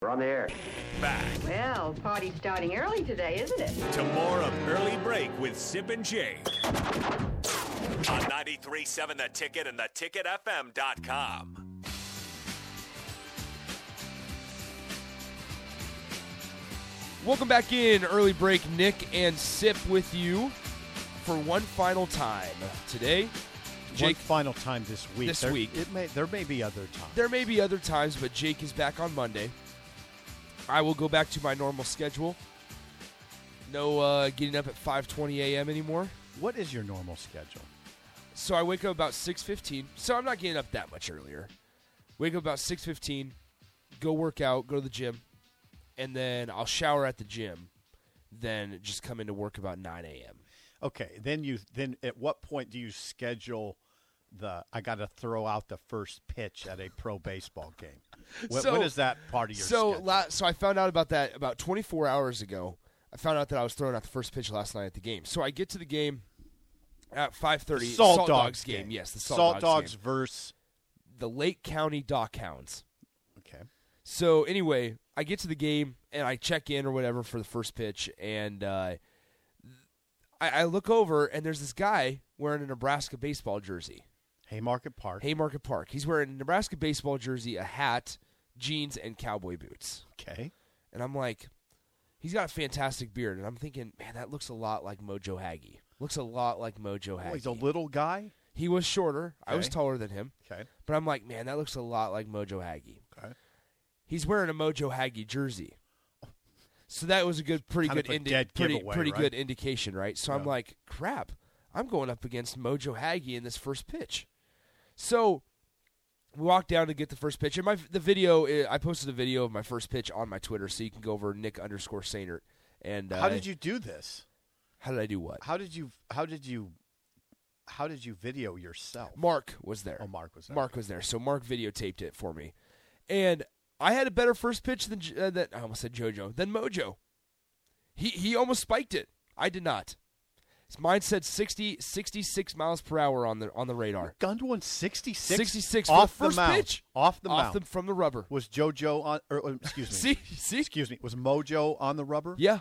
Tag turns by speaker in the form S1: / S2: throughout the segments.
S1: We're on the air.
S2: Back
S3: Well, party's starting early today, isn't it?
S2: to more of Early Break with Sip and Jake. On 93.7 The Ticket and theticketfm.com.
S4: Welcome back in early break. Nick and Sip with you for one final time today.
S5: One
S4: Jake,
S5: final time this week.
S4: This
S5: There-
S4: week.
S5: it may there may be other times.
S4: there may be other times, but Jake is back on Monday. I will go back to my normal schedule. No uh, getting up at 5:20 a.m. anymore.
S5: What is your normal schedule?
S4: So I wake up about 6:15. So I'm not getting up that much earlier. Wake up about 6:15, go work out, go to the gym, and then I'll shower at the gym. Then just come into work about 9 a.m.
S5: Okay, then you then at what point do you schedule the I got to throw out the first pitch at a pro baseball game? When,
S4: So-
S5: when is that part of your
S4: so
S5: schedule?
S4: la- so I found out about that about 24 hours ago. I found out that I was throwing out the first pitch last night at the game. So I get to the game at 5:30.
S5: Salt,
S4: Dogs,
S5: Dogs
S4: game. Yes, the Salt,
S5: Salt
S4: Dogs.
S5: Dogs versus
S4: game. The Lake County Dock Hounds.
S5: okay.
S4: So anyway, I get to the game and I check in or whatever for the first pitch, and uh, I, I look over and there's this guy wearing a Nebraska baseball jersey.
S5: Haymarket Park.
S4: Haymarket Park. He's wearing a Nebraska baseball jersey, a hat, jeans, and cowboy boots.
S5: Okay.
S4: And I'm like, he's got a fantastic beard, and I'm thinking, man, that looks a lot like Mojo Haggy. Looks a lot like Mojo Haggy.
S5: Well, he's a little guy.
S4: he was shorter. I was
S5: Okay.
S4: taller than him.
S5: Okay.
S4: But I'm like, man, that looks a lot like Mojo Haggy.
S5: Okay.
S4: He's wearing a Mojo Haggy jersey. So that was a good, pretty
S5: Kind
S4: good,
S5: of a dead
S4: pretty,
S5: giveaway,
S4: pretty
S5: right?
S4: good indication, right? So I'm
S5: Yeah.
S4: like, crap, I'm going up against Mojo Haggy in this first pitch. So we walked down to get the first pitch, and my the video eh, i I posted a video of my first pitch on my Twitter, so you can go over Nick underscore Sainert. And uh,
S5: How did you do this?
S4: How did I do what?
S5: How did you how did you how did you video yourself?
S4: Mark was there.
S5: Oh, Mark was there.
S4: Mark was there. So Mark videotaped it for me, and I had a better first pitch than J- uh, that. I almost said JoJo than Mojo. He he almost spiked it. I did not. His mind said 60, 66 miles per hour on the on the radar.
S5: Gunned one 66,
S4: 66 for
S5: off
S4: the first
S5: mound.
S4: pitch.
S5: Off the
S4: off
S5: mound.
S4: the, from the rubber.
S5: was JoJo on? Or, or, excuse me.
S4: See see.
S5: Excuse me. Was Mojo on the rubber?
S4: Yeah,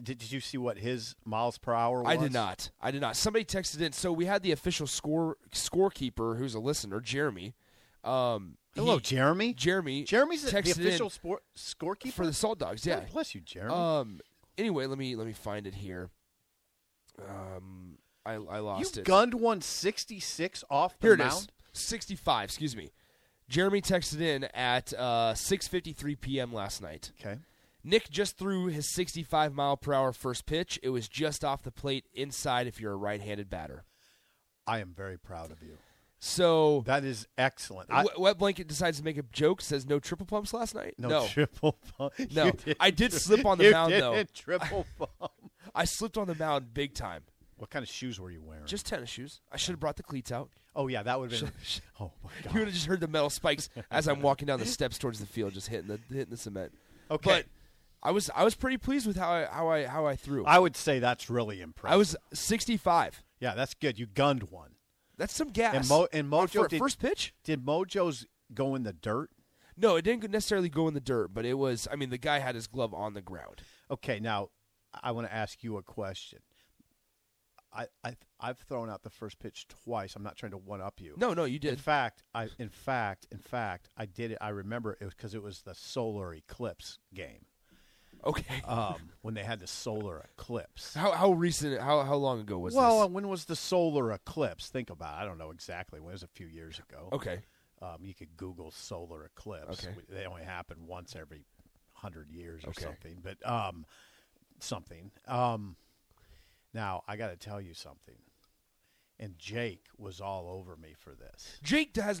S5: Did, did you see what his miles per hour was?
S4: I did not. I did not. Somebody texted in. So we had the official score scorekeeper, who's a listener, Jeremy. Um,
S5: Hello,
S4: he-
S5: Jeremy.
S4: Jeremy.
S5: Jeremy's the, the
S4: texted in
S5: official sport scorekeeper
S4: for the Salt Dogs. Yeah,
S5: God bless you, Jeremy.
S4: Um. Anyway, let me let me find it here. Um. I I
S5: you
S4: lost it.
S5: gunned one 66 off the
S4: here it
S5: mound.
S4: is. Sixty-five. Excuse me. Jeremy texted in at uh, 6:53 p.m. last night.
S5: Okay.
S4: Nick just threw his 65 mile per hour first pitch. It was just off the plate inside. If you're a right-handed batter,
S5: I am very proud of you.
S4: so
S5: That is excellent. I,
S4: Wet- Wet Blanket decides to make a joke. Says no triple pumps last night.
S5: no, triple bump.
S4: No,
S5: You did-
S4: I did slip on the
S5: you
S4: mound, though.
S5: didn't Triple bump.
S4: I slipped on the mound big time.
S5: What kind of shoes were you wearing?
S4: Just tennis shoes. I should have brought the cleats out.
S5: oh yeah, that would have been. oh my god.
S4: You would have just heard the metal spikes as I'm walking down the steps towards the field, just hitting the hitting the cement.
S5: Okay.
S4: But I was I was pretty pleased with how I how I how I threw. I,
S5: I would say that's really impressive.
S4: was 65.
S5: Yeah, that's good. You gunned one.
S4: That's some gas.
S5: And Mo- and
S4: On
S5: Mojo
S4: fir-
S5: did-
S4: first pitch?
S5: Did Mojo's go in the dirt?
S4: No, it didn't necessarily go in the dirt, but it was. I mean, the guy had his glove on the ground.
S5: Okay, now I want to ask you a question. I, I I've thrown out the first pitch twice. I'm not trying to one up you.
S4: No, no, you
S5: In
S4: did.
S5: fact, I in fact in fact I did it. I remember it was because it was the solar eclipse game
S4: Okay.
S5: um, when they had the solar eclipse.
S4: how how recent? How how long ago was
S5: well, uh, um,
S4: this?
S5: when was the solar eclipse? Think about. it. I don't know exactly. When it was a few years ago.
S4: Okay.
S5: Um, you could Google solar eclipse.
S4: Okay.
S5: They only happen once every hundred years or
S4: Okay.
S5: something, but um, something. Um, now I got to tell you something, and Jake was all over me for this.
S4: Jake has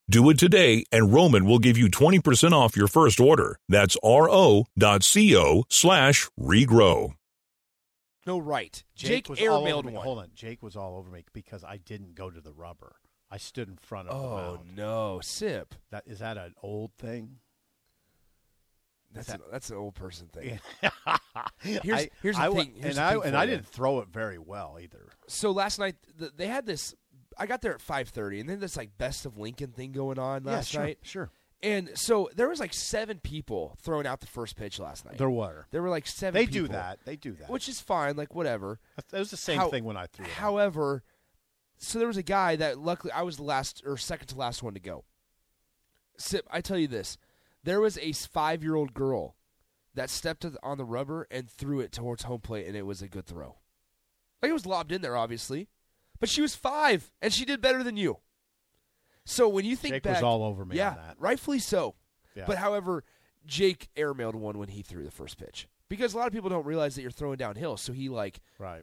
S6: Do it today, and Roman will give you 20% off your first order. That's ro.co slash regrow.
S4: No right. Jake,
S5: all over
S4: airmailed
S5: me.
S4: one.
S5: Hold on, Jake was all over me because I didn't go to the rubber. I stood in front of the
S4: Oh
S5: mound.
S4: no, sip.
S5: That is that an old thing?
S4: That's a, that's an old person thing.
S5: here's
S4: here's the thing- here's
S5: and
S4: the
S5: I
S4: thing
S5: and
S4: for
S5: I
S4: you.
S5: didn't throw it very well either.
S4: So last night th- they had this. I got there at five thirty, and then this like best of Lincoln thing going on
S5: Yeah,
S4: last
S5: sure,
S4: night.
S5: sure.
S4: And so there was like seven people throwing out the first pitch last night.
S5: There were.
S4: There were like seven.
S5: They do
S4: people,
S5: that. They do that.
S4: which is fine. Like whatever.
S5: that was the same
S4: How-
S5: thing when I threw it. out.
S4: However, so there was a guy that luckily I was the last or second to last one to go. Sip, I tell you this, there was a five year old girl that stepped on the rubber and threw it towards home plate, and it was a good throw. Like it was lobbed in there, obviously, but she was five and she did better than you. So when you think
S5: Jake was
S4: back,
S5: all over me on
S4: yeah,
S5: that.
S4: rightfully so.
S5: Yeah.
S4: But however, Jake airmailed one when he threw the first pitch because a lot of people don't realize that you're throwing downhill. So he like
S5: right.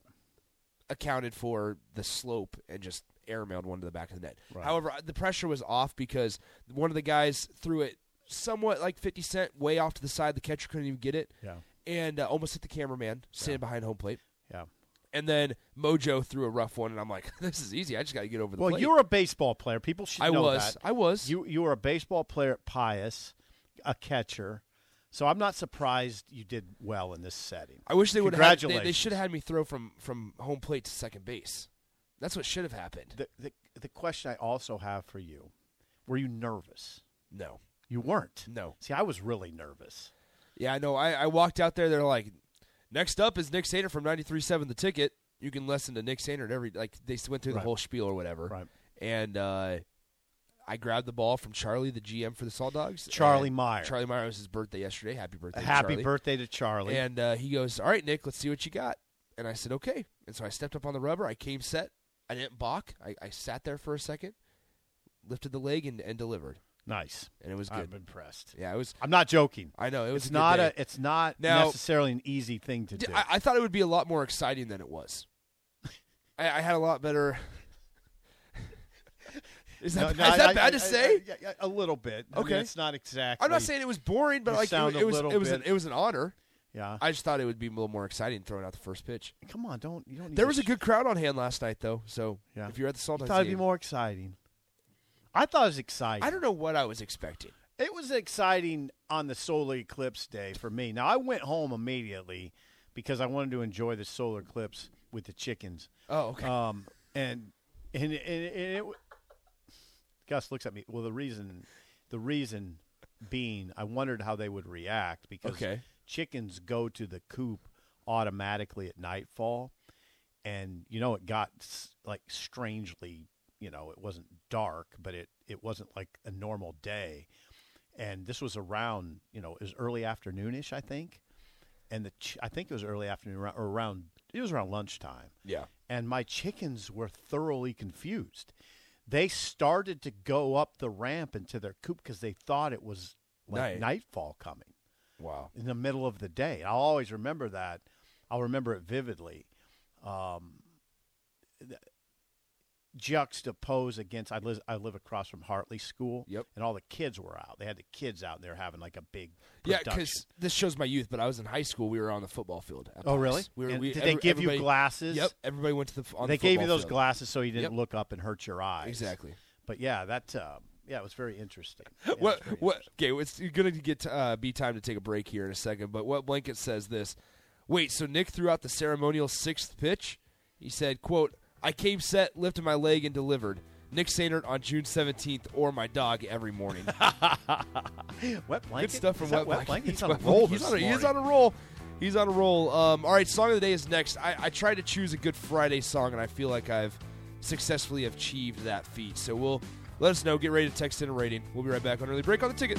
S4: accounted for the slope and just airmailed one to the back of the net.
S5: Right.
S4: However, the pressure was off because one of the guys threw it somewhat like 50 Cent way off to the side. The catcher couldn't even get it
S5: Yeah.
S4: and uh, almost hit the cameraman sitting behind home plate.
S5: Yeah.
S4: And then Mojo threw a rough one, and I'm like, this is easy. I just got to get over the
S5: Well,
S4: plate.
S5: you're a baseball player. People should
S4: I
S5: know
S4: was.
S5: that.
S4: I was.
S5: You you were a baseball player at Pius, a catcher. So I'm not surprised you did well in this setting.
S4: I wish they would have. They, they
S5: Congratulations.
S4: should have had me throw from, from home plate to second base. That's what should have happened.
S5: The, the the question I also have for you: Were you nervous?
S4: No.
S5: You weren't.
S4: No.
S5: See, I was really nervous.
S4: Yeah, I know. I, I walked out there. They're like, next up is Nick Sander from 93.7 The Ticket. You can listen to Nick Sander at every, like, they s- went through the
S5: Right.
S4: whole spiel or whatever.
S5: Right.
S4: And uh, I grabbed the ball from Charlie, the GM for the Salt Dogs.
S5: Charlie
S4: and
S5: Meyer.
S4: Charlie Meyer it was his birthday yesterday. Happy birthday. to
S5: Happy
S4: Charlie.
S5: birthday to Charlie.
S4: And uh, he goes, all right, Nick, let's see what you got. And I said, okay. And so I stepped up on the rubber. I came set. I didn't balk. I, I sat there for a second, lifted the leg, and, and delivered.
S5: nice.
S4: And it was good.
S5: I'm impressed.
S4: yeah, it was.
S5: I'm not joking.
S4: I know it was
S5: It's
S4: a good
S5: not
S4: day.
S5: a. It's not
S4: Now-
S5: necessarily an easy thing to
S4: D-
S5: do.
S4: I, I thought it would be a lot more exciting than it was. I, I had a lot better. is that,
S5: No, no,
S4: is that
S5: I-
S4: bad
S5: I-
S4: to
S5: I-
S4: say?
S5: I- yeah, a little bit. I mean,
S4: Okay.
S5: it's not exactly.
S4: I, am not saying it was boring, but
S5: You
S4: like it,
S5: sound
S4: wa-
S5: a
S4: it was,
S5: little
S4: it was,
S5: bit-
S4: an, it was an honor.
S5: Yeah.
S4: I just thought it would be a little more exciting throwing out the first pitch.
S5: Come on, don't you don't. Need
S4: There
S5: to
S4: was a
S5: sh-
S4: good crowd on hand last night, though. So
S5: Yeah.
S4: if you're at the Salt
S5: I
S4: Dogs
S5: thought it'd be
S4: game-
S5: more exciting. I thought it was exciting.
S4: I don't know what I was expecting.
S5: It was exciting on the solar eclipse day for me. Now I went home immediately because I wanted to enjoy the solar eclipse with the chickens.
S4: Oh, okay.
S5: Um, and and and, it- and it, Gus looks at me. Well, the reason, the reason being, I wondered how they would react because
S4: Okay.
S5: chickens go to the coop automatically at nightfall, and you know it got s- like strangely, you know, it wasn't dark, but it it wasn't like a normal day, and this was around you know it was early afternoonish, I think, and the ch- I think it was early afternoon or around it was around lunchtime
S4: yeah.
S5: and my chickens were thoroughly confused. They started to go up the ramp into their coop because they thought it was like
S4: Night.
S5: nightfall coming
S4: Wow.
S5: in the middle of the day. I'll always remember that. I'll remember it vividly. Um, th- juxtapose against I live I live across from Hartley School.
S4: Yep.
S5: and all the kids were out. They had the kids out and they were having like a big
S4: Yeah,
S5: production.
S4: because this shows my youth, but I was in high school. We were on the football field. at
S5: Oh,
S4: Pius.
S5: really?
S4: We were,
S5: And
S4: we,
S5: did they
S4: every-
S5: give you
S4: everybody-
S5: glasses?
S4: Yep. Everybody went to the. f- On
S5: they
S4: the
S5: gave
S4: football
S5: you those
S4: field.
S5: glasses so you didn't
S4: Yep.
S5: look up and hurt your eyes.
S4: Exactly.
S5: But yeah, that um, yeah, it was very interesting. Yeah, it
S4: what
S5: was very
S4: what okay it's gonna get uh, be time to take a break here in a second but what blanket says this wait so nick threw out the ceremonial sixth pitch he said quote i came set lifted my leg and delivered nick sainert on june 17th or my dog every morning
S5: interesting. wet
S4: good
S5: blanket.
S4: stuff from
S5: Is that
S4: wet blanket,
S5: He's on a
S4: Wet
S5: roll.
S4: Blanket.
S5: This
S4: he's, on a, he's
S5: morning.
S4: on a roll he's on a roll um, all right song of the day is next I, I tried to choose a good friday song and i feel like i've successfully achieved that feat so we'll let us know get ready to text in a rating we'll be right back on early break on the ticket